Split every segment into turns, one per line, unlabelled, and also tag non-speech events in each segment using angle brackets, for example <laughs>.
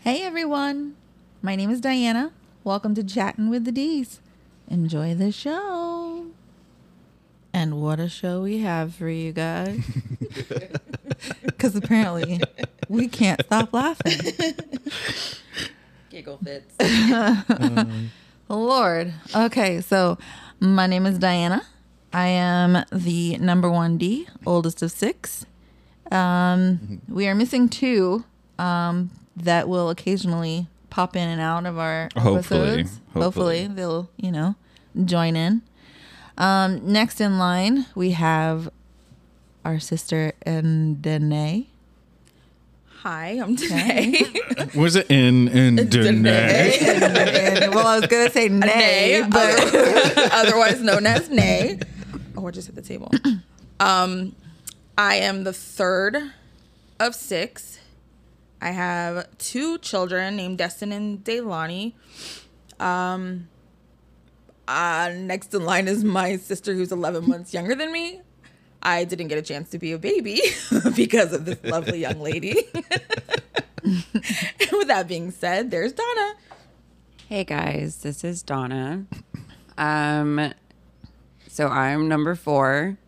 Hey everyone, my name is Diana. Welcome to Chatting with the D's. Enjoy the show. And what a show we have for you <laughs> guys. Because apparently we can't stop laughing.
Giggle fits.
Lord. Okay, so my name is Diana. I am the number one D, oldest of six. Um, we are missing two um, that will occasionally pop in and out of our
Hopefully.
episodes.
Hopefully.
they'll, you know, join in. Um, next in line, we have our sister Ndene.
Hi, I'm Danae.
<laughs>
<laughs>
Was it in in Dene?
And- well, I was going to say Nay,
Nay,
but
other- otherwise known as Nay. Oh, we're just at the table. Um, I am the third of six. I have two children named Destin and Daylani. Um, uh, next in line is my sister, who's 11 months younger than me. I didn't get a chance to be a baby <laughs> because of <laughs> this lovely young lady. <laughs> With that being said, there's Donna.
Hey guys, this is Donna. Um, so I'm number four,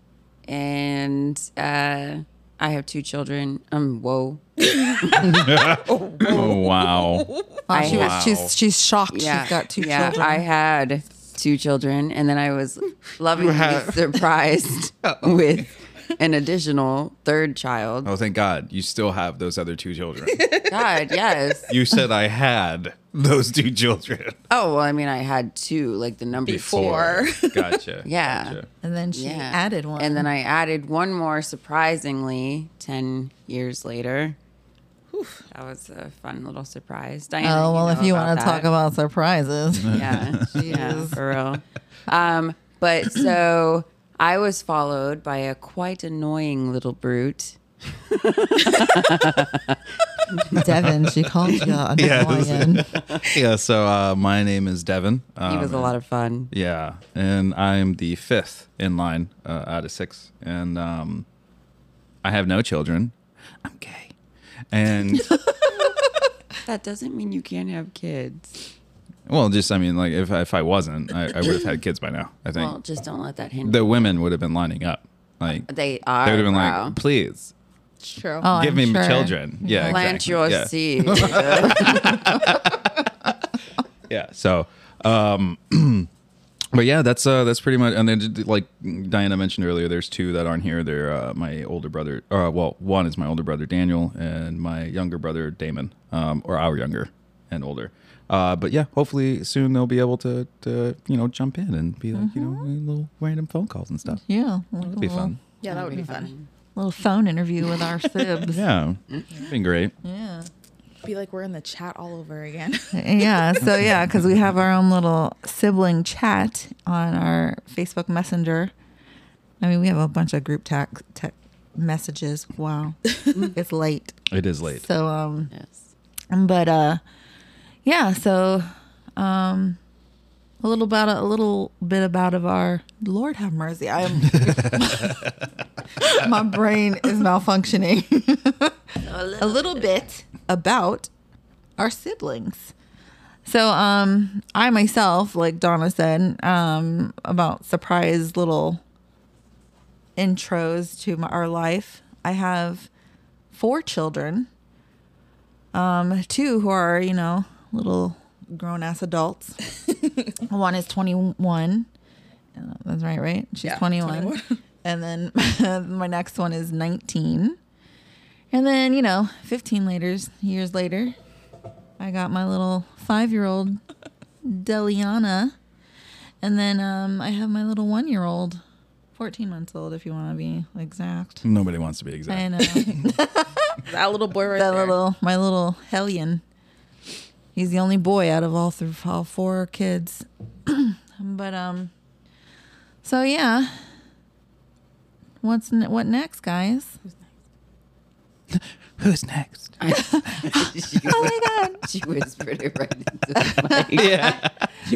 and uh, I have two children. Um, whoa,
Oh
<laughs>
wow!
Oh, she
Wow.
was, she's, she's shocked
yeah,
she's got two
yeah,
children.
I had two children, and then I
<laughs>
was lovingly
had-
surprised with an additional
<laughs>
third child.
Oh, thank God, you still have those other two children.
God, yes.
you said I had those two
<laughs>
children
Oh well, I mean, I had two, like the number four.
Gotcha.
<laughs> Yeah.
Gotcha.
and then she added one.
And then I added one more, surprisingly, 10 years later. That was a fun little surprise. Diana,
Oh well, if you
want
want to talk about
<laughs>
surprises,
Yeah, yeah for real. Um, but so I was followed by a quite annoying little brute.
Devin, she called you
<laughs>
an annoying.
Yeah. So uh, my name is Devin. Um,
He was a lot of fun.
Yeah, and I'm the fifth in line uh, out of six, and um, I have no children. I'm gay,
<laughs>
and
That doesn't mean you can't have kids.
well, just I mean, like if if I wasn't, I, I would have had kids by now. I think
Well, just don't let that hinder.
the women would have been lining up, like they
they are.
would have been
bro.
like, please
True.
Oh,
give
I'm
me my
sure.
children. Yeah,
Plant
exactly.
your
yeah.
seed.
Yeah. So, um, <clears throat> but yeah, that's uh, that's pretty much. And then, just like Diana mentioned earlier, there's two that aren't here. They're uh, my older brother. Uh, well, one is my older brother Daniel, and my younger brother Damon, um, or our younger and older. Uh, but yeah, hopefully soon they'll be able to, to you know, jump in and be like, you know, little random phone calls and stuff.
Yeah, like a
It'll be
little-
fun.
Yeah, that
<laughs>
would be fun.
Little phone interview with
<laughs>
our sibs.
Yeah, it's been great.
yeah,
Be like we're in the chat all over again.
yeah. So yeah, because we have our own little sibling chat on our Facebook Messenger. I mean, we have a bunch of group tac- tech messages.
<laughs>
Wow, it's late.
It is late.
So um,
yes.
but uh yeah so um a little about a little bit about of our lord have mercy i am <laughs> my brain is malfunctioning a little bit about our siblings so um i myself like donna said um about surprise little intros to my, our life i have four children um, two who are, you know, little grown ass <laughs> adults. One is 21. Uh, that's right, right? She's
Yeah,
21.
21.
And then <laughs> my next one is 19. And then, you know, 15 later, years later, I got my little five year old Deliana. And then um, I have my little one year old, 14 months old, if you want to be exact. uh,
Nobody wants to be exact.
I know.
<laughs> that little boy right
that
there.
little my little hellion. He's the only boy out of all three, all four kids. <clears throat> but um, so yeah. What's ne- what next, guys?
Who's
<laughs>
next?
she,
Oh my god!
she whispered it right into the <laughs>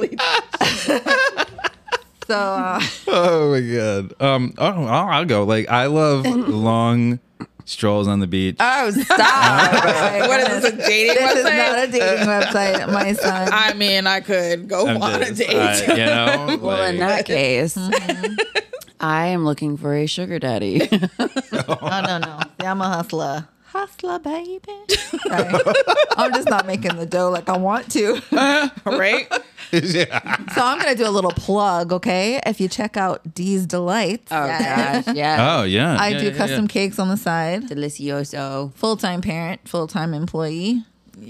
mic.
Yeah.
So uh,
Oh my god. Um. Oh, I'll I'll go. Like I love long strolls on the beach.
<laughs>
Oh, stop.
What is this, a dating
This is
website?
not a dating website, my son.
I mean, I could go
I'm
on
just-
a date.
I- you know,
well, in
like-
<laughs> that case, I am looking for a sugar daddy.
<laughs> Oh no no. See, I'm a hustler. Hustler, baby. Sorry. I'm just not making the dough like I want to.
right?
<laughs> yeah.
So I'm gonna do a little plug, okay? If you check out Dee's Delights,
Oh, <laughs> gosh. Yeah.
Oh yeah.
I
Yeah,
do
yeah, yeah.
custom cakes on the side.
Delicioso.
Full time parent, full time employee,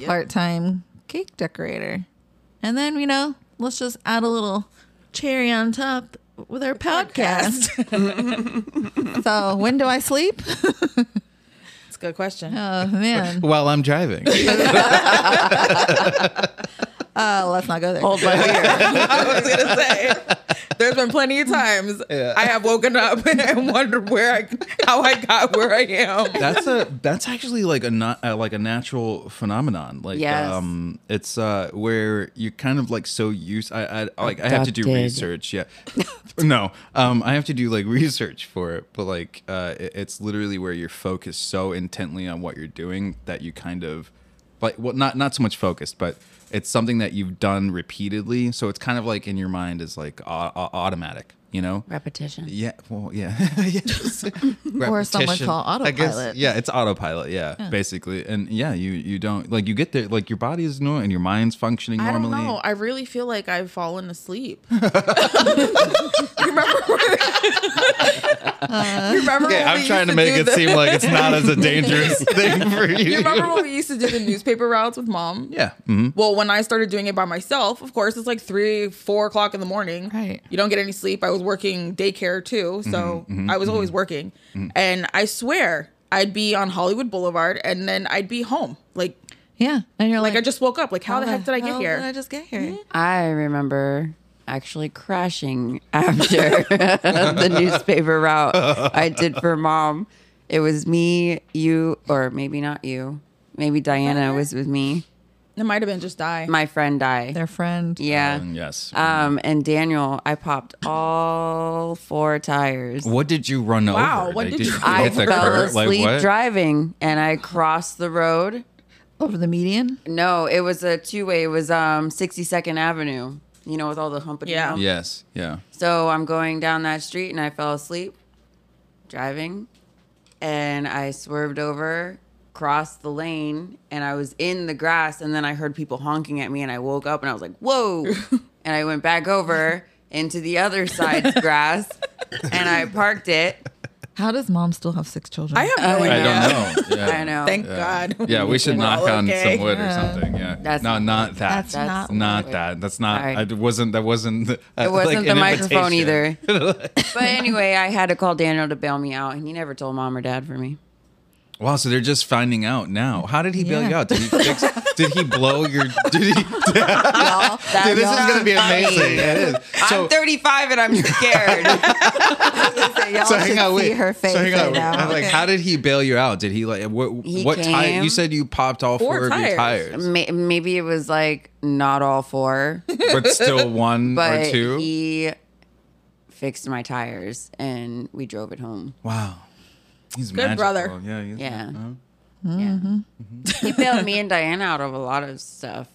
part time cake decorator, and then you know, let's just add a little cherry on top with our podcast. <laughs>
<laughs>
so when do I sleep? <laughs>
It's a good question.
Oh man,
<laughs>
While I'm driving.
uh, let's not go there.
Hold my <laughs> beer.
I was gonna say, there's been plenty
<laughs>
of times I have woken up <laughs> and wondered where I, how I got where I am.
that's a that's actually like a not uh, like a natural phenomenon like
Yes.
um it's uh where you're kind of like so used i i like i have to do
Abducted.
research yeah <laughs> no um i have to do like <laughs> research for it but like uh it- it's literally where you're focused so intently on what you're doing that you kind of like well not not so much focused but it's something that you've done repeatedly so it's kind of like in your mind is like au- au- automatic you know
Repetition.
yeah, well, yeah. <laughs> yes.
Or someone
Repetition.
call
I guess-
autopilot.
yeah, it's autopilot. Yeah, basically, and yeah, you you don't like you get there like your body is normal and your mind's functioning
I don't
normally.
know. I really feel like I've fallen asleep. <laughs> you remember? <laughs> you remember?
<laughs> Uh-huh. Okay,
when we
I'm
used
trying to make
do
it
the-
seem like it's not as a dangerous thing for you.
You remember when we used to do the newspaper routes with mom?
Yeah. hmm
Well, when I started doing it by myself, of course, it's like three, four o'clock in the morning.
Right.
You don't get any sleep. I was working daycare too.
Mm-hmm,
So I was always working. And I swear I'd be on Hollywood Boulevard and then I'd be home. Like,
Yeah, and you're
like
like,
I just woke up. Like,
oh,
how the heck did I get
hell
here?
Did I just get here?
I remember actually crashing after <laughs> the newspaper route I did for mom. It was me, you, or maybe not you. Maybe Diana was with me.
it might have been just I.
My friend died.
Their friend.
Yeah.
And Mm, yes.
Um, and Daniel, I popped all four tires.
what did you run
Wow,
over?
what
Like,
did you-
you
I
hit the
fell
curb? Like,
asleep
what?
driving and I crossed the road.
Over the median.
No, it was a two way. It was um 62nd Avenue, you know, with all the humping.
Yeah.
hump.
Yes. Yeah.
So I'm going down that street and I fell asleep driving and I swerved over, crossed the lane, and I was in the grass. And then I heard people honking at me and I woke up and I was like, whoa. and I went back over into the other side's grass and I parked it.
How does mom still have six children? Uh,
I have no
I
I
idea.
don't know. <laughs> Yeah.
I know.
Thank
Yeah.
God. <laughs>
Yeah, we should
We're
knock
all
on
okay.
some wood or
Yeah.
something. Yeah.
That's
no,
not-
not that.
That's not-
not that. That's not.
Sorry.
I d- wasn't. That wasn't. uh, It
It wasn't the microphone either. but anyway, I had to call Daniel to bail me out, and he never told mom or dad for me.
Wow. So they're just finding out now. How did he bail
Yeah.
you out? Did he fix? did he blow your? Did he? <laughs>
Y'all,
Dude, this is
y'all-
gonna be amazing. It is. So,
I'm 35 and I'm scared. <laughs>
y'all
so hang
should
out.
see
Wait.
her face
so hang
right
out. wait.
now.
I'm Like,
Okay.
how did he bail you out? Did he like what?
He
what tire? You
came-
said you popped all four,
Four
of your
tires.
tires,
May- Maybe it was like not all
<laughs>
four,
but still one
but
or two.
he fixed my tires and we drove it home.
wow. He's good
brother.
Yeah. he's-
Yeah.
huh?
Yeah. he bailed me and Diana out of a lot of stuff,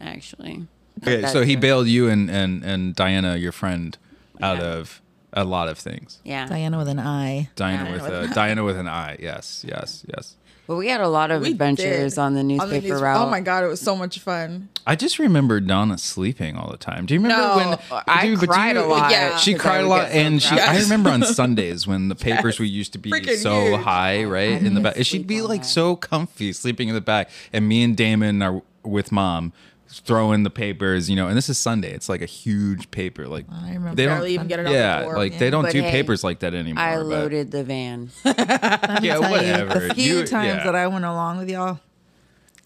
actually.
Okay,
That's
so he
true.
bailed you and and and Diana, your friend, out of a lot of things.
Yeah.
Diana with an eye.
Diana
Diana
with
with
a Diana with an I. Yes, yes, yes.
But we had a lot of
We
adventures
did.
on the newspaper
news-
route.
Oh my God, it was so
<laughs>
much fun.
I just remember Donna sleeping all the time. Do you remember
No,
when
I
Dude, but do
cried
you-
a lot.
Yeah.
She
'cause I
cried a
would
lot,
get so
and she.
drunk.
I remember
<laughs>
on Sundays when the papers we used to be
Freaking
so
huge.
high,
Oh,
right in the
didn't
back.
sleep
She'd be
all
like
night.
so comfy sleeping in the back, and me and Damon are with mom throwing the papers, you know. And this is Sunday. It's like a huge paper, like
I remember
they don't
Barely even get it
yeah,
on the floor.
like they don't
But
do
hey,
papers like that anymore.
I
but-
loaded the
<laughs>
van.
yeah,
Tell you,
whatever.
The few
You-
times
yeah.
that I went along with y'all,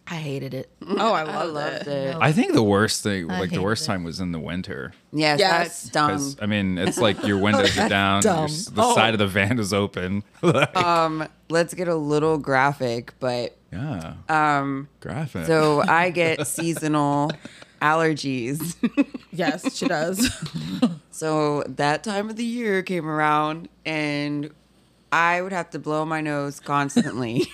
I hated it.
Oh, I
I
love
loved
that.
it.
I think the worst thing, like the
hated
worst
it.
time, was in the winter.
Yes,
Yes.
that's dumb.
'Cause, I mean, it's like
<laughs>
your windows are down, your s- the
Oh.
side of the van is open. <laughs> like,
Um, let's get a little graphic, but
yeah,
um,
graphic.
so I
<laughs>
get seasonal allergies. <laughs>
Yes, she does. <laughs>
So that time of the year came around, and I would have to blow my nose constantly.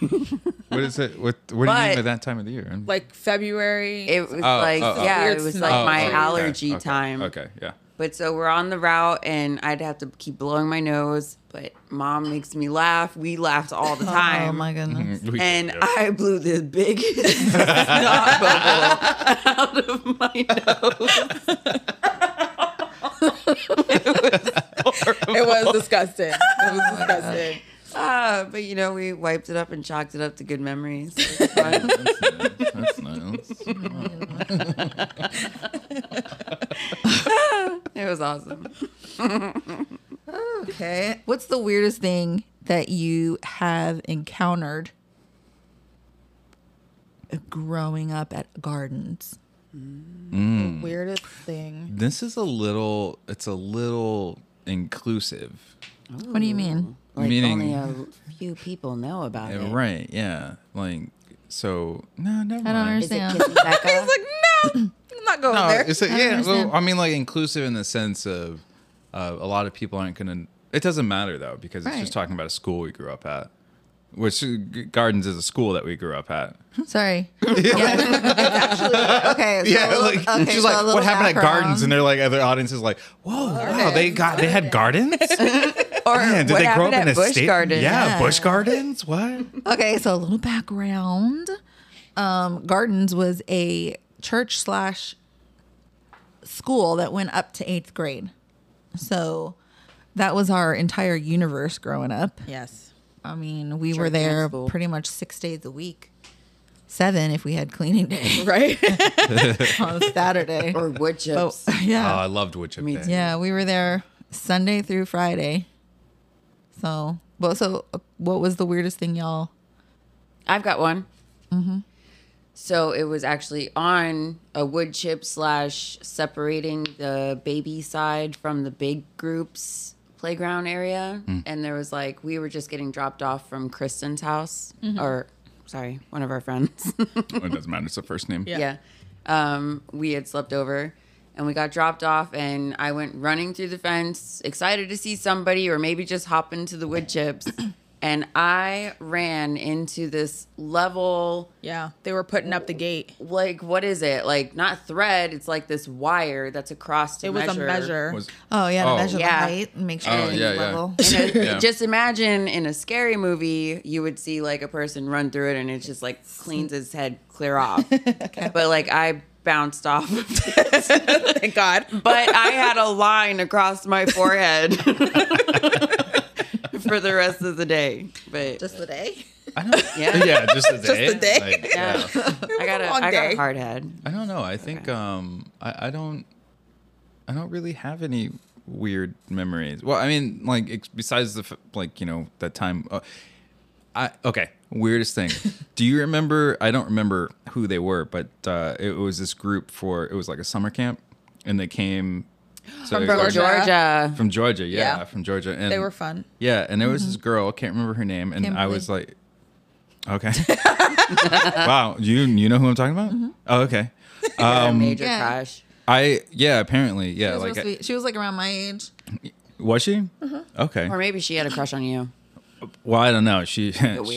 What is it? What What do you
But-
mean by that time of the year?
like February.
it was
Oh,
like,
oh, oh.
yeah,
Weird
it was
smell.
like
Oh,
my
okay,
allergy
okay,
time.
Okay, yeah.
But so we're on the route, and I'd have to keep blowing my nose. But mom makes me laugh. We laughed all the
Oh
time.
my
Mm-hmm.
goodness.
Mm, We-
and
yeah.
I blew the biggest
<laughs>
snot bubble out of my nose.
It was disgusting. It
<laughs>
was disgusting.
Ah, but you know, we wiped it up and chalked it up to good memories. It was fun. <laughs>
That's nice.
it was awesome.
Okay. What's the weirdest thing that you have encountered growing up at gardens?
Weirdest thing.
This is a little. It's a little inclusive.
What do you mean?
Like
Meaning-
only a few people know about it.
Right. Yeah. Like. So no, never mind.
I don't
Is it
understand.
kissing <laughs> Becca?
Like no,
Mm.
I'm not going
No,
there.
it's a,
don't
yeah. Well,
understand.
I mean, like inclusive in the sense of uh, a lot of people aren't gonna. It doesn't matter though because it's just
Right.
talking about a school we grew up at, which uh, G- Gardens is a school that we grew up at.
<laughs>
Sorry. <laughs> Yeah. okay. so a
<laughs> Yeah,
little-
like
okay,
she's
so
like,
a little
what happened at Gardens?
background.
And they're like, other audience is like, whoa, wow, they got they had gardens.
Or
Man, did
what
they grow up
happened
in
at
a
Bush
state?
Garden?
Yeah,
Yeah.
Bush Gardens. What?
Okay, so a little background. Um, Gardens was a church slash school that went up to eighth grade. So that was our entire universe growing up.
yes.
I mean, we were
Church and
there
school.
pretty much six days a week, seven if we had cleaning
<laughs>
day
Right.
<laughs> on Saturday.
Or wood
But,
chips.
Oh,
<laughs> yeah,
I loved Woodchip
Me
Day.
too.
yeah, we were there Sunday through Friday. So, well, so uh, what was the weirdest thing y'all?
I've got one. So it was actually on a wood chip slash separating the baby side from the big groups playground area. And there was like, we were just getting dropped off from Kristen's house or, sorry, one of our friends. <laughs>
It doesn't matter. It's the first name.
Yeah.
yeah. Um, we had slept over and we got dropped off and I went running through the fence, excited to see somebody or maybe just hop into the wood
<clears throat>
chips. and I ran into this level
Yeah. They were putting up the gate.
like what is it? Like not thread, it's like this wire that's across to
It was
measure.
a measure.
Was-
Oh yeah, to
Oh.
measure
Yeah.
the height and make sure
Oh,
it's
yeah, yeah.
level.
And it-
Yeah.
Just imagine in a scary movie, you would see like a person run through it and it just like cleans his head clear
<laughs>
off. But like I bounced off of
<laughs> Thank God.
but I had a line across my forehead <laughs> for the rest of the day. But
Just the day.
I don't,
Yeah.
yeah. yeah, just a day.
a day.
Like,
yeah, I got
a
a,
long
I got
day.
a hard head.
I don't know. I think um, I, I don't, I don't really have any weird memories. Well, I mean, like ex- besides the f- like you know that time. Uh, I okay. Weirdest
<laughs>
thing. Do you remember? I don't remember who they were, but uh, it was this group for it was like a summer camp, and they came to-
From
From
Georgia.
Georgia.
From Georgia, yeah,
Yeah.
from Georgia, and
They were fun. Mm-hmm.
Yeah, and there was this girl. I can't remember her name, and I
Kimberly.
was like,
<laughs>
okay, wow, you you know who I'm talking about?
Mm-hmm.
Oh, okay.
a major
Yeah.
crash.
I yeah, apparently yeah.
She was,
like
supposed to be- she was like around my age.
was she? Okay.
Mm-hmm. Or maybe she had a crush on you.
Well, I don't know. <laughs> She, she,
weird.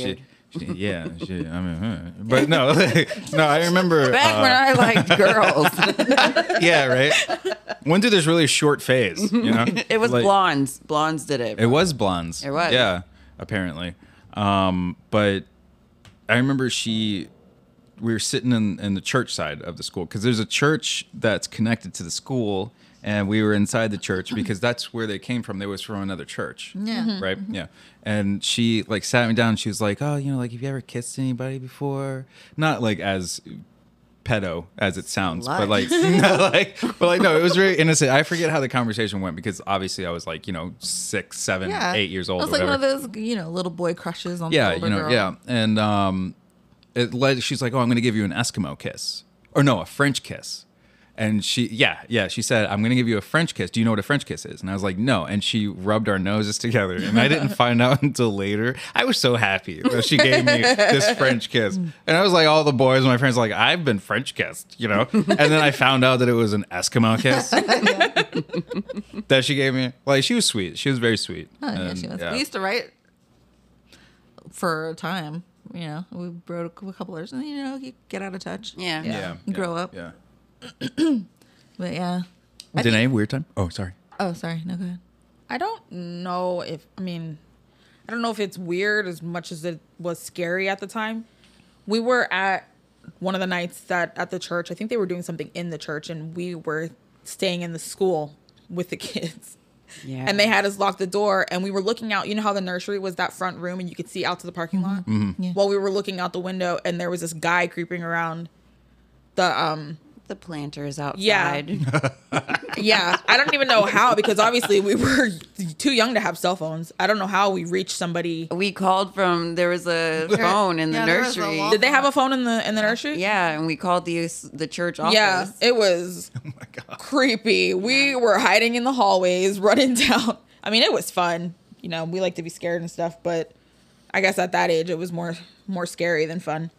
she yeah. She, I mean, huh. but no, <laughs> no. I remember.
<laughs> Back
uh,
when I liked girls,
yeah, right. Went through this really short phase. You know,
<laughs> it was
Like-
blondes. Blondes did it.
It was blondes.
It was.
Yeah, apparently. Um, but I remember she. We were sitting in, in the church side of the school because there's a church that's connected to the school, and we were inside the church
<laughs>
because that's where they came from. They was from another church.
Yeah.
Mm-hmm.
Mhm.
Right. Yeah. And she like sat me down. And she was like, "Oh, you know, like have you ever kissed anybody before?" Not like as pedo as it sounds, but
Slut.
like no, like, <laughs> but like, no, it was very innocent. I forget how the conversation went because obviously I was like, you know, six, seven, eight
<laughs> Yeah,
years old.
I was
or
like
whatever.
one of those, you know, little boy crushes on.
yeah,
the older
you know,
girl.
yeah, and um, it led. She's like, oh, I'm gonna give you an Eskimo kiss, or no, a French kiss. And she, yeah, yeah, she said, I'm gonna give you a French kiss. Do you know what a French kiss is? And I was like, no. And she rubbed our noses <laughs> together. And I didn't find out <laughs> until later. I was so happy that she gave me this French kiss. And I was like, all the boys, my friends, like, I've been French kissed, you know? And then I found out that it was an Eskimo
<laughs>
kiss that she gave me. Like, she was sweet. She was very sweet.
Oh, yeah,
And,
she was.
yeah.
We used to write for a time. You know, we wrote a cou- couple letters, and you know, you get out of touch.
Yeah.
Yeah.
Grow up.
Yeah.
But yeah.
Did I have a weird time? Oh, sorry.
Oh, sorry. No, go ahead.
I don't know if I mean I don't know if it's weird as much as it was scary at the time. We were at one of the nights that at the church, I think they were doing something in the church and we were staying in the school with the <laughs> kids.
Yeah.
And they had us lock the door and we were looking out, you know how the nursery was that front room and you could see out to the parking lot?
Yeah.
Well, we were looking out the window and there was this guy creeping around the um
the planters outside.
yeah, I don't even know how because obviously we were too young to have cell phones. I don't know how we reached somebody.
<laughs> we called from there was a phone in the
yeah, there was a
nursery.
long-
Did they have a phone in the in the nursery?
yeah, and we called the the church office.
Yeah, it was creepy. We were hiding in the hallways, running <laughs> down. I mean, it was fun. You know, we like to be scared and stuff, but I guess at that age it was more more scary than fun.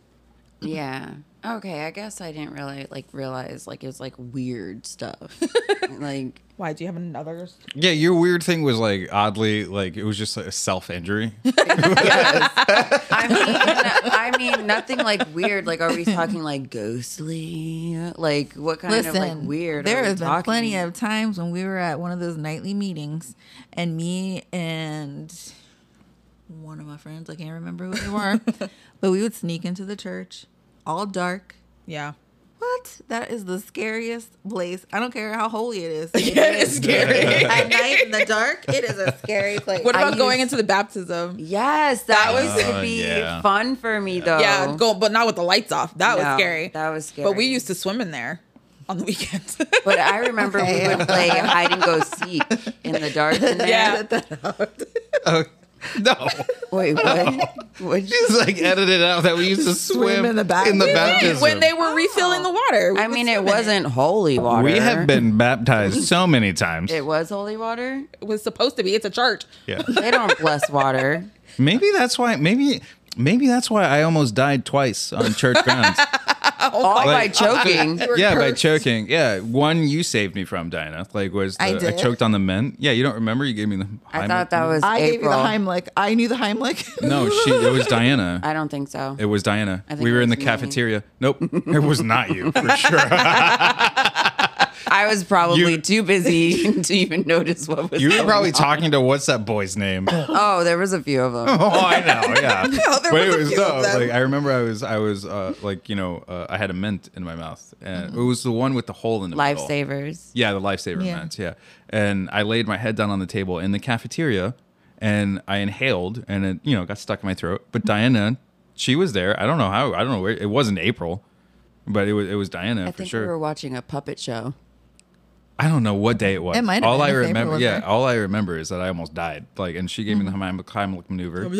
Yeah. Okay, I guess I didn't really like realize like it was like weird stuff.
<laughs>
like
Why do you have another?
Yeah, your weird thing was like oddly like it was just like, a self injury.
I mean I mean nothing like weird. Like are we talking like ghostly? Like what kind
Listen,
of like weird
There
are we
has been
talking?
plenty of times when we were at one of those nightly meetings, and me and one of my friends, I can't remember who they were,
<laughs>
but we would sneak into the church, all dark.
Yeah.
What? That is the scariest place. I don't care how holy it <laughs> is. It
It
is
is scary.
<laughs> at night in the dark. It is <laughs> a scary place.
What
I
about going
used-
into the baptism?
Yes, that,
That
used to
was-
be
Oh, Yeah.
fun for me though.
Yeah, go, but not with the lights off. That was
No,
scary.
That was scary.
But we used to swim in there on the <laughs> weekends.
But I remember
Okay.
we would play hide and go seek in the dark. In there.
yeah.
Oh no, <laughs>
Wait, what? What'd you-
just like edited out that we used to swim,
in the bath-
in the
We did,
baptism.
when they were refilling the water.
I mean, it wasn't holy water.
we have been baptized so many times.
It was holy water.
It was supposed to be. It's a church.
yeah,
They don't bless <laughs> water.
Maybe that's why. Maybe maybe that's why I almost died twice on church grounds.
All by
Like-
choking.
were
yeah, by
cursed. <laughs>
choking. Yeah, one you saved me from, Dinah. Like was the,
I
I,
did.
choked on the men? Yeah, you don't remember? You gave me the.
<laughs> I
Heimlich-
thought that was
I gave you the
April.
Heimlich. I knew the <laughs> Heimlich.
No, she. It was Diana.
I don't think so.
It was Diana.
think
We
it
were in the
was me.
cafeteria. <laughs> Nope.
it was not you for
<laughs>
sure.
I was probably
You-
too busy <laughs> to even notice what was.
You were
going
<laughs>
probably
on.
talking to what's that boy's name? oh,
Oh, there was a few of them.
I know.
<laughs>
Yeah,
But
there was
it
a
was
few
no,
of them.
like I remember I was I was uh, like you know uh, I had a mint in my mouth and
Mm-hmm.
it was the one with the hole in the middle.
Lifesavers.
Yeah, the lifesaver
Yeah.
mint. Yeah, and I laid my head down on the table in the cafeteria, and I inhaled, and it you know got stuck in my throat. But
Mm-hmm.
Diana, she was there. I don't know how. I don't know where. It wasn't April, but it was it was Diana
I
for
think
sure.
we were watching a puppet show.
I don't know what day it was.
It might have
all
been
I
if April
remember,
was
yeah,
there. Hmm.
all I remember is that I almost died. Like, and she gave me the Heimlich Heimlich
Oh,
maneuver.
and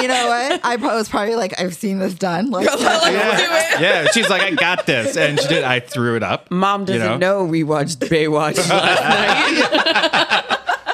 you know what? I pro- was probably like, I've seen this done. <laughs> Like,
Let's do it.
yeah. She's like, I got
<laughs>
this, and she did. I threw it up.
Mom doesn't
know?
know? we watched <laughs> Baywatch last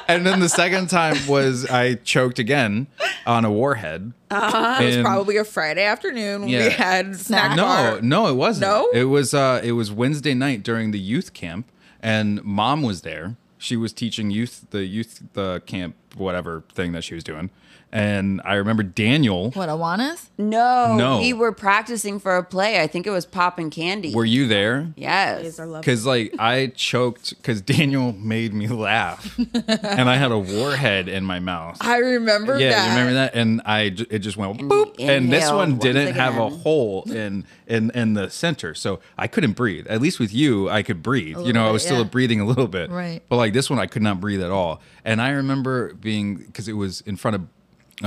and then the second time was I choked again on a warhead. Uh-huh.
It was probably a Friday afternoon.
Yeah.
We had snack
no,
bar.
no, it wasn't.
No?
it was uh, it was Wednesday night during the youth camp, and mom was there. She was teaching youth the youth the camp whatever thing that she was doing, and I remember Daniel.
what, Awanas?
No,
No.
we were practicing for a play. I think it was Pop and Candy.
Were you there?
yes.
Because like I choked because Daniel made me laugh, and I had a warhead in my mouth.
I remember
yeah,
that.
you remember that? And I j- it just went
And
boop,
you
and this
inhaled
one
once
didn't have a
again.
hole in in in the center, so I couldn't breathe. At least with you, I could breathe. You
little
know, I
bit,
was still
yeah.
breathing a little bit,
Right.
But like this one, I could not breathe at all. And I remember being because it was in front of,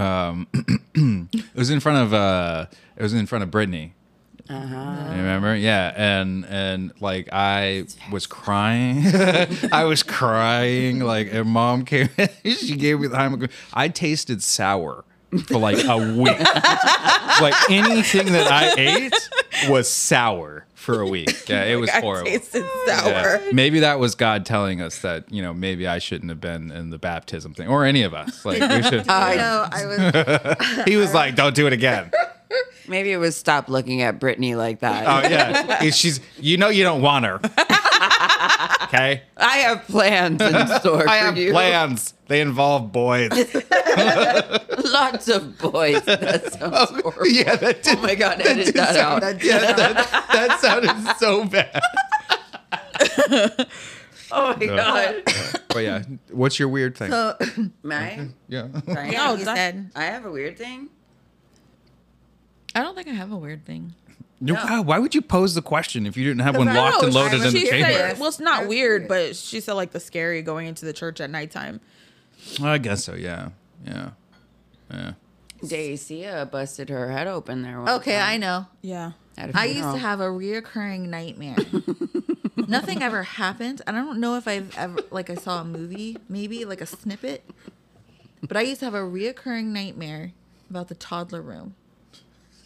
um, <clears throat> it was in front of uh, it was in front of Brittany.
Oh.
You remember? Yeah, and and like I was crying, <laughs> I was crying. Like, and mom came, <laughs> she gave me the Heimlich. I tasted sour for like a
<laughs>
week. like anything that I ate was sour for a week.
<laughs>
Yeah, it was
I
horrible.
tasted
Yeah.
sour.
Maybe that was God telling us that you know maybe I shouldn't have been in the baptism thing, or any of us. Like we
<laughs>
should.
I
<laughs>
know. I <laughs> was.
He was like, "Don't do it again."
Maybe it was stop
Uh,
looking at Brittany like that.
Oh yeah, she's. You know, you don't want her. Okay,
I have plans in store
I
for
have
you.
plans. They involve
<laughs>
boys.
<laughs> Lots of boys. That sounds horrible.
yeah, that did.
Oh my god, edit <laughs> that out.
yeah, that, that sounded so bad.
oh my god.
But yeah, what's your weird thing?
So
My
yeah.
Brian,
No,
you
Oh, that-
said I have a weird thing.
I don't think I have a weird thing.
Wow, why would you pose the question if you didn't have one
I don't
locked and
know,
loaded in the
she
chamber?
Said, well, it's not
That's
weird,
weird.
but she said like the scary going into the church at nighttime.
I guess so. Yeah. Yeah. Yeah.
Dacia busted her head open there. one
Okay,
time
I know.
Yeah.
at a
I used
funeral.
to have a reoccurring nightmare. <laughs> Nothing ever happened. And I don't know if I've ever, like, I saw a movie, maybe like a snippet. But I used to have a reoccurring nightmare about the toddler room.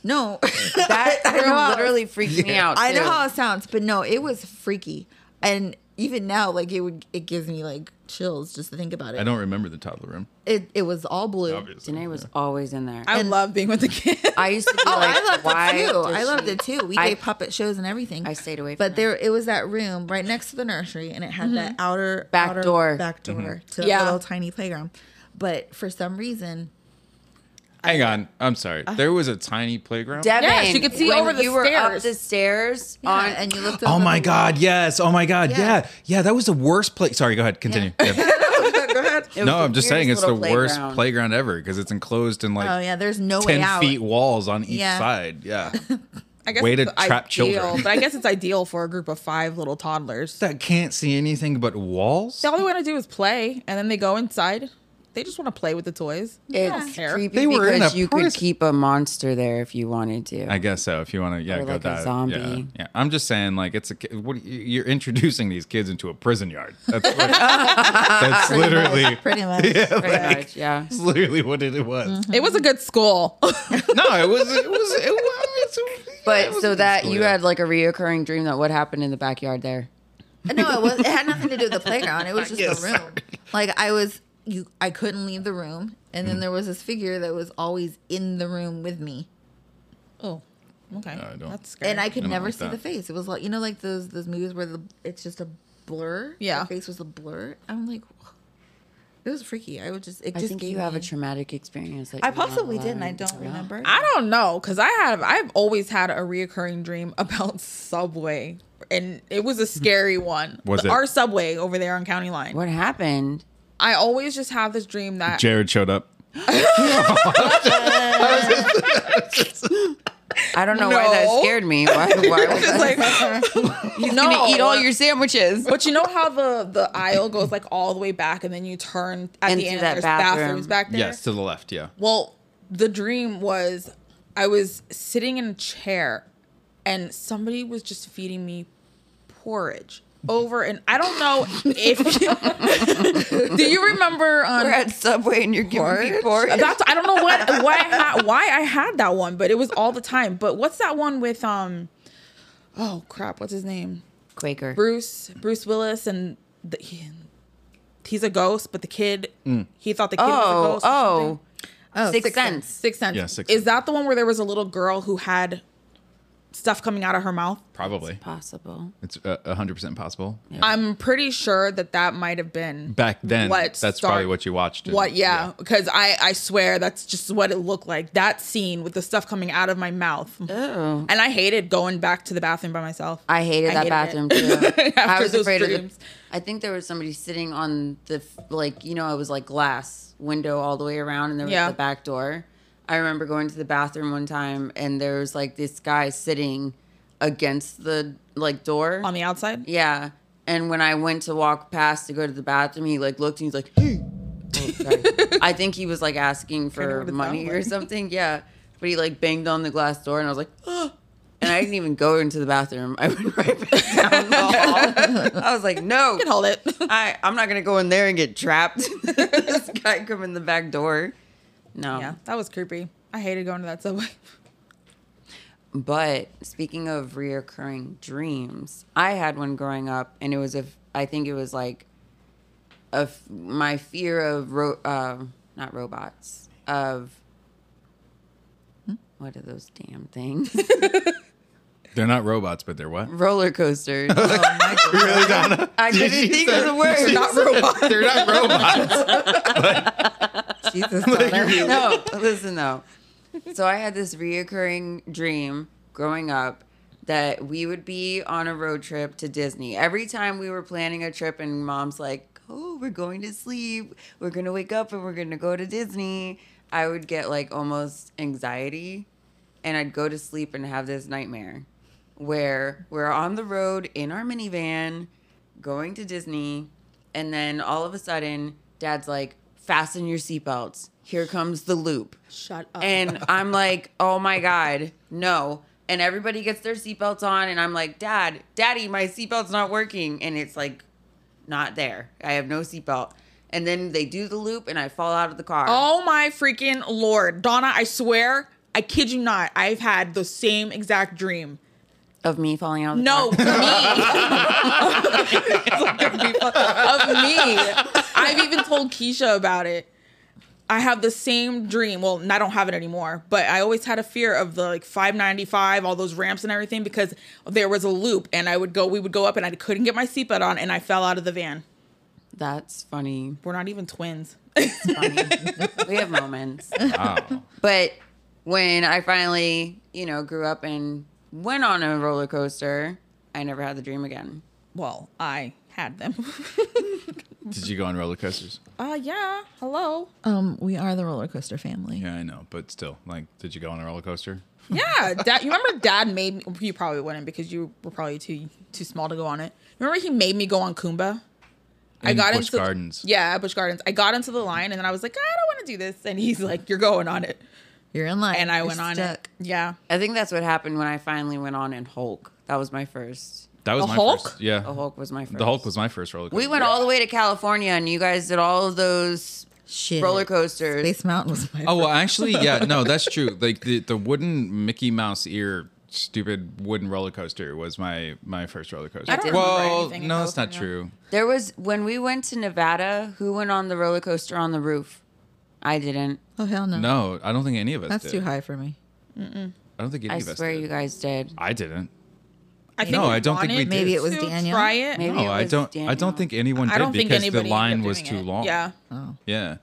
No, <laughs>
that <laughs>
I know how-
room literally freaked me out.
I know
too.
how it sounds, but no, it was freaky. And even now, like, it would, it gives me like chills just to think about
I
it.
don't remember the toddler room.
It, it was all blue.
Obviously.
Danae was always in there. I,
I love being with the kids. <laughs>
used <laughs> to be
Oh,
like,
I loved
why
it too.
does
I loved
she-
it too. We
I-
did puppet shows and everything.
I stayed away from
But
it.
there, it was that room right next to the nursery, and it had that outer
Back
outer
door.
back door
Mm-hmm.
to
Yeah.
the little tiny playground. But for some reason,
Hang on. I'm sorry. There was a tiny playground.
Devin,
Yeah, she could see
when
over the
you were up
stairs.
the stairs
yeah,
<laughs> on
and you looked.
Oh
over
my
the
God! Yes. Oh my God! Yeah.
Yeah.
Yeah. That was the worst place. Sorry. Go ahead. Continue. Yeah.
It was
no,
the
I'm just saying it's
weirdest
the
little
worst playground ever because it's enclosed in like
wall. Oh yeah, there's no way
ten
out.
feet walls on each
Yeah.
side.
<laughs>
Yeah.
I guess
Way to
it's
trap
ideal,
children.
But I guess it's ideal for a group of five little toddlers.
that can't see anything but walls.
All they want to do is play, and then they go inside. They just want to play with the toys.
It's
Yeah.
creepy
They were in
because
a
you could
prison.
keep a monster there if you wanted to.
I guess so. If you want to, yeah,
Or
go
like a
that. Yeah,
zombie.
yeah. I'm just saying, like, it's a ki- what you- you're introducing these kids into a prison yard.
<laughs>
That's, what, that's
<laughs> <laughs>
literally, <laughs>
Pretty much.
Pretty much, yeah.
that's literally what it was.
Mm-hmm.
It was a good school. <laughs>
No, it was, it was, it was.
But so that Uh, you had like a reoccurring dream that what happened in the backyard there.
No, it was. It had nothing to do with the playground. It was just the room. Like I was, you, I couldn't leave the room, and
Mm.
then there was this figure that was always in the room with me,
oh, okay.
I don't-
That's scary.
and I could
I don't
never
like
see
that.
the face. It was like you know, like those those movies where the it's just a blur.
Yeah.
the face was a blur. I'm like, it was freaky. I would just, it
I
just
think
gave
you have
me-
a traumatic experience. That
I
you're not
possibly didn't. I
allowed
don't
to tell.
remember.
I don't know because I have I've always had a reoccurring dream <laughs> about Subway, and it was a scary one.
Was it?
our Subway over there on County Line?
What happened?
I always just have this dream that
Jared showed up.
I don't know why that
No.
scared me. Why? Why was
It's
I
<laughs> like
<laughs> He's
No.
gonna eat all your sandwiches?
<laughs> But you know how the the aisle goes like all the way back, and then you turn at
Into
the end.
that
There's
bathroom.
bathrooms back there.
Yes, to the left. Yeah.
Well, the dream was I was sitting in a chair, and somebody was just feeding me porridge over, and I don't know
<laughs>
if. <laughs> do you remember? Um,
We're at Subway and you're giving me porridge.
that's I don't
<laughs>
know what why I had, why I had that one, but it was all the time. But what's that one with um? Oh crap! What's his name?
Quaker.
Bruce Bruce Willis and the, he, he's a ghost, but the kid he thought the kid was a
Oh,
ghost. or
oh,
something.
Oh,
Sixth
Sixth
Sense.
Sixth Sense.
Yeah, Sixth
Is that the one where there was a little girl who had stuff coming out of her mouth?
Probably.
Possible.
It's uh, a hundred percent possible.
I'm pretty sure that that might have been
Back then,
What
that's
start-
probably what you watched. in-
what. Yeah, because I I swear that's just what it looked like. That scene with the stuff coming out of my mouth,
Oh.
and I hated going back to the bathroom by myself.
I hated
I
that
hated
bathroom
it.
too. I
<laughs> After
was
those
afraid
dreams.
of the. I think there was somebody sitting on the f- like you know I was like glass window all the way around and there was
Yeah.
the back door. I remember going to the bathroom one time and there was like this guy sitting against the like door
on the outside.
Yeah. And when I went to walk past to go to the bathroom, he like looked and he's like, "Hey." Oh, sorry. I think he was like asking
<laughs>
for
what it
money
sounded
or
like.
something. <laughs> Yeah. But he like banged on the glass door and I was like, oh. and I didn't even go into the bathroom. I went right back down <laughs> the hall. I was like, no,
You can hold it.
<laughs> I, I'm not going to go in there and get trapped. <laughs> this guy come in the back door. No.
yeah, that was creepy. I hated going to that subway.
But speaking of reoccurring dreams, I had one growing up, and it was a. I think it was like, a f- my fear of ro- uh, not robots of. What are those damn things?
They're not robots, but they're what?
<laughs> roller coasters.
<laughs>
Oh my god! really, Donna? I couldn't think of the word.
Not robots.
They're not robots.
Jesus, Donna.
no, listen though. So I had this reoccurring dream growing up that we would be on a road trip to Disney. Every time we were planning a trip, and mom's like, "Oh, we're going to sleep. We're gonna wake up, and we're gonna go to Disney." I would get like almost anxiety, and I'd go to sleep and have this nightmare where we're on the road in our minivan going to Disney, and then all of a sudden, dad's like, fasten your seatbelts. Here comes the loop.
Shut up.
And I'm like, oh my God, no. And everybody gets their seatbelts on, and I'm like, Dad, Daddy, my seatbelt's not working. And it's like, not there. I have no seatbelt. And then they do the loop, and I fall out of the car.
Oh my freaking lord, Donna! I swear, I kid you not, I've had the same exact dream.
Of me falling out of the car. <laughs>
No, me. <laughs> It's like of me. Of me. I've even told Keisha about it. I have the same dream. Well, I don't have it anymore, but I always had a fear of the like 595, all those ramps and everything because there was a loop and I would go, we would go up and I couldn't get my seatbelt on and I fell out of the van.
That's funny.
We're not even twins.
We have moments.
Wow.
But when I finally, you know, grew up and went on a roller coaster, I never had the dream again.
Well, I had them. <laughs>
Did you go on roller coasters?
uh, yeah. Hello.
Um, we are the roller coaster family.
Yeah, I know, but still, like, did you go on a roller coaster?
Yeah, dad. You remember dad made me. You probably wouldn't because you were probably too too small to go on it. Remember he made me go on Kumba. I
In
got
Busch
into
Gardens.
Yeah, at Bush Gardens. I got into the line and then I was like, I don't want to do this. And he's like, You're going on it.
You're in line.
And I
You're
went on
stuck.
it. Yeah.
I think that's what happened when I finally went on in Hulk. That was my first.
That was
The
my
Hulk?
first. Yeah,
The Hulk was my first.
The Hulk was my first roller coaster.
We went all the way to California, and you guys did all of those
Shit.
roller coasters.
Space Mountain was my.
Oh well, actually, yeah, no, that's true. Like the the wooden Mickey Mouse ear, stupid wooden roller coaster was my my first roller coaster.
I don't remember
well,
anything in
no, that's not
California.
true.
There was when we went to Nevada. Who went on the roller coaster on the roof? I didn't.
Oh hell no.
No, I don't think any of us.
That's
did.
too high for me.
I don't think any
I
of us.
swear
did.
you guys did.
I didn't.
I think
No,
we
I don't think we
wanted
did. Maybe
it was
to
Daniel?
Try it.
Maybe
No,
it
I
was
don't. I
Daniel.
don't think anyone did
I don't think
because
anybody.
the
ended
line
up
was
doing
too
it.
long.
Yeah.
Yeah.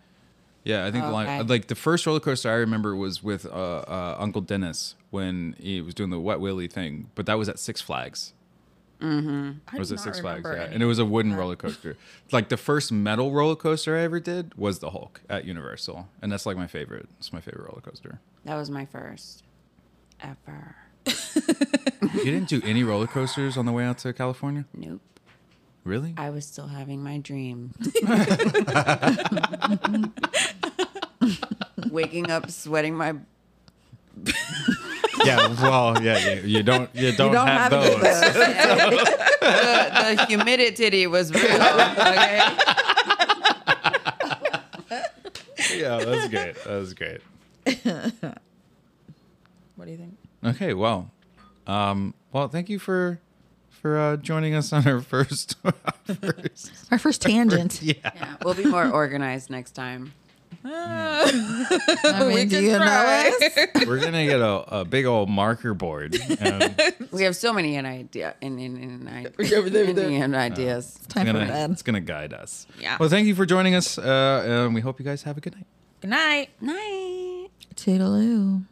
Yeah, I think the line,
Okay.
like the first roller coaster I remember was with uh, uh, Uncle Dennis when he was doing the Wet Willy thing, but that was at Six Flags.
I
was
do
at
not
Six Flags,
remember
yeah.
any.
And it was a wooden roller coaster. Like the first metal roller coaster I ever did was the Hulk at Universal, and that's like my favorite. It's my favorite roller coaster.
That was my first ever.
You didn't do any roller coasters on the way out to California,
Nope.
really?
I was still having my dream. Waking up, sweating my.
yeah, well, yeah, you, you don't, you don't,
don't
have,
have it,
those. <laughs>
The, the humidity was real. Okay.
yeah, that's great. That was great.
What do you think?
Okay, well, um, well, thank you for for uh, joining us on our <laughs> first. first.
Our first tangent.
Yeah, we'll be more organized next time.
I mean,
We
do
can
you
try.
know us?
We're gonna get a, a big old marker board. And
We have so many an idea and in, in, ideas.
Time
gonna-
for bed.
it's gonna guide us.
Yeah.
Well, thank you for joining us, uh, and we hope you guys have a good night.
Good night.
Night.
Toodaloo.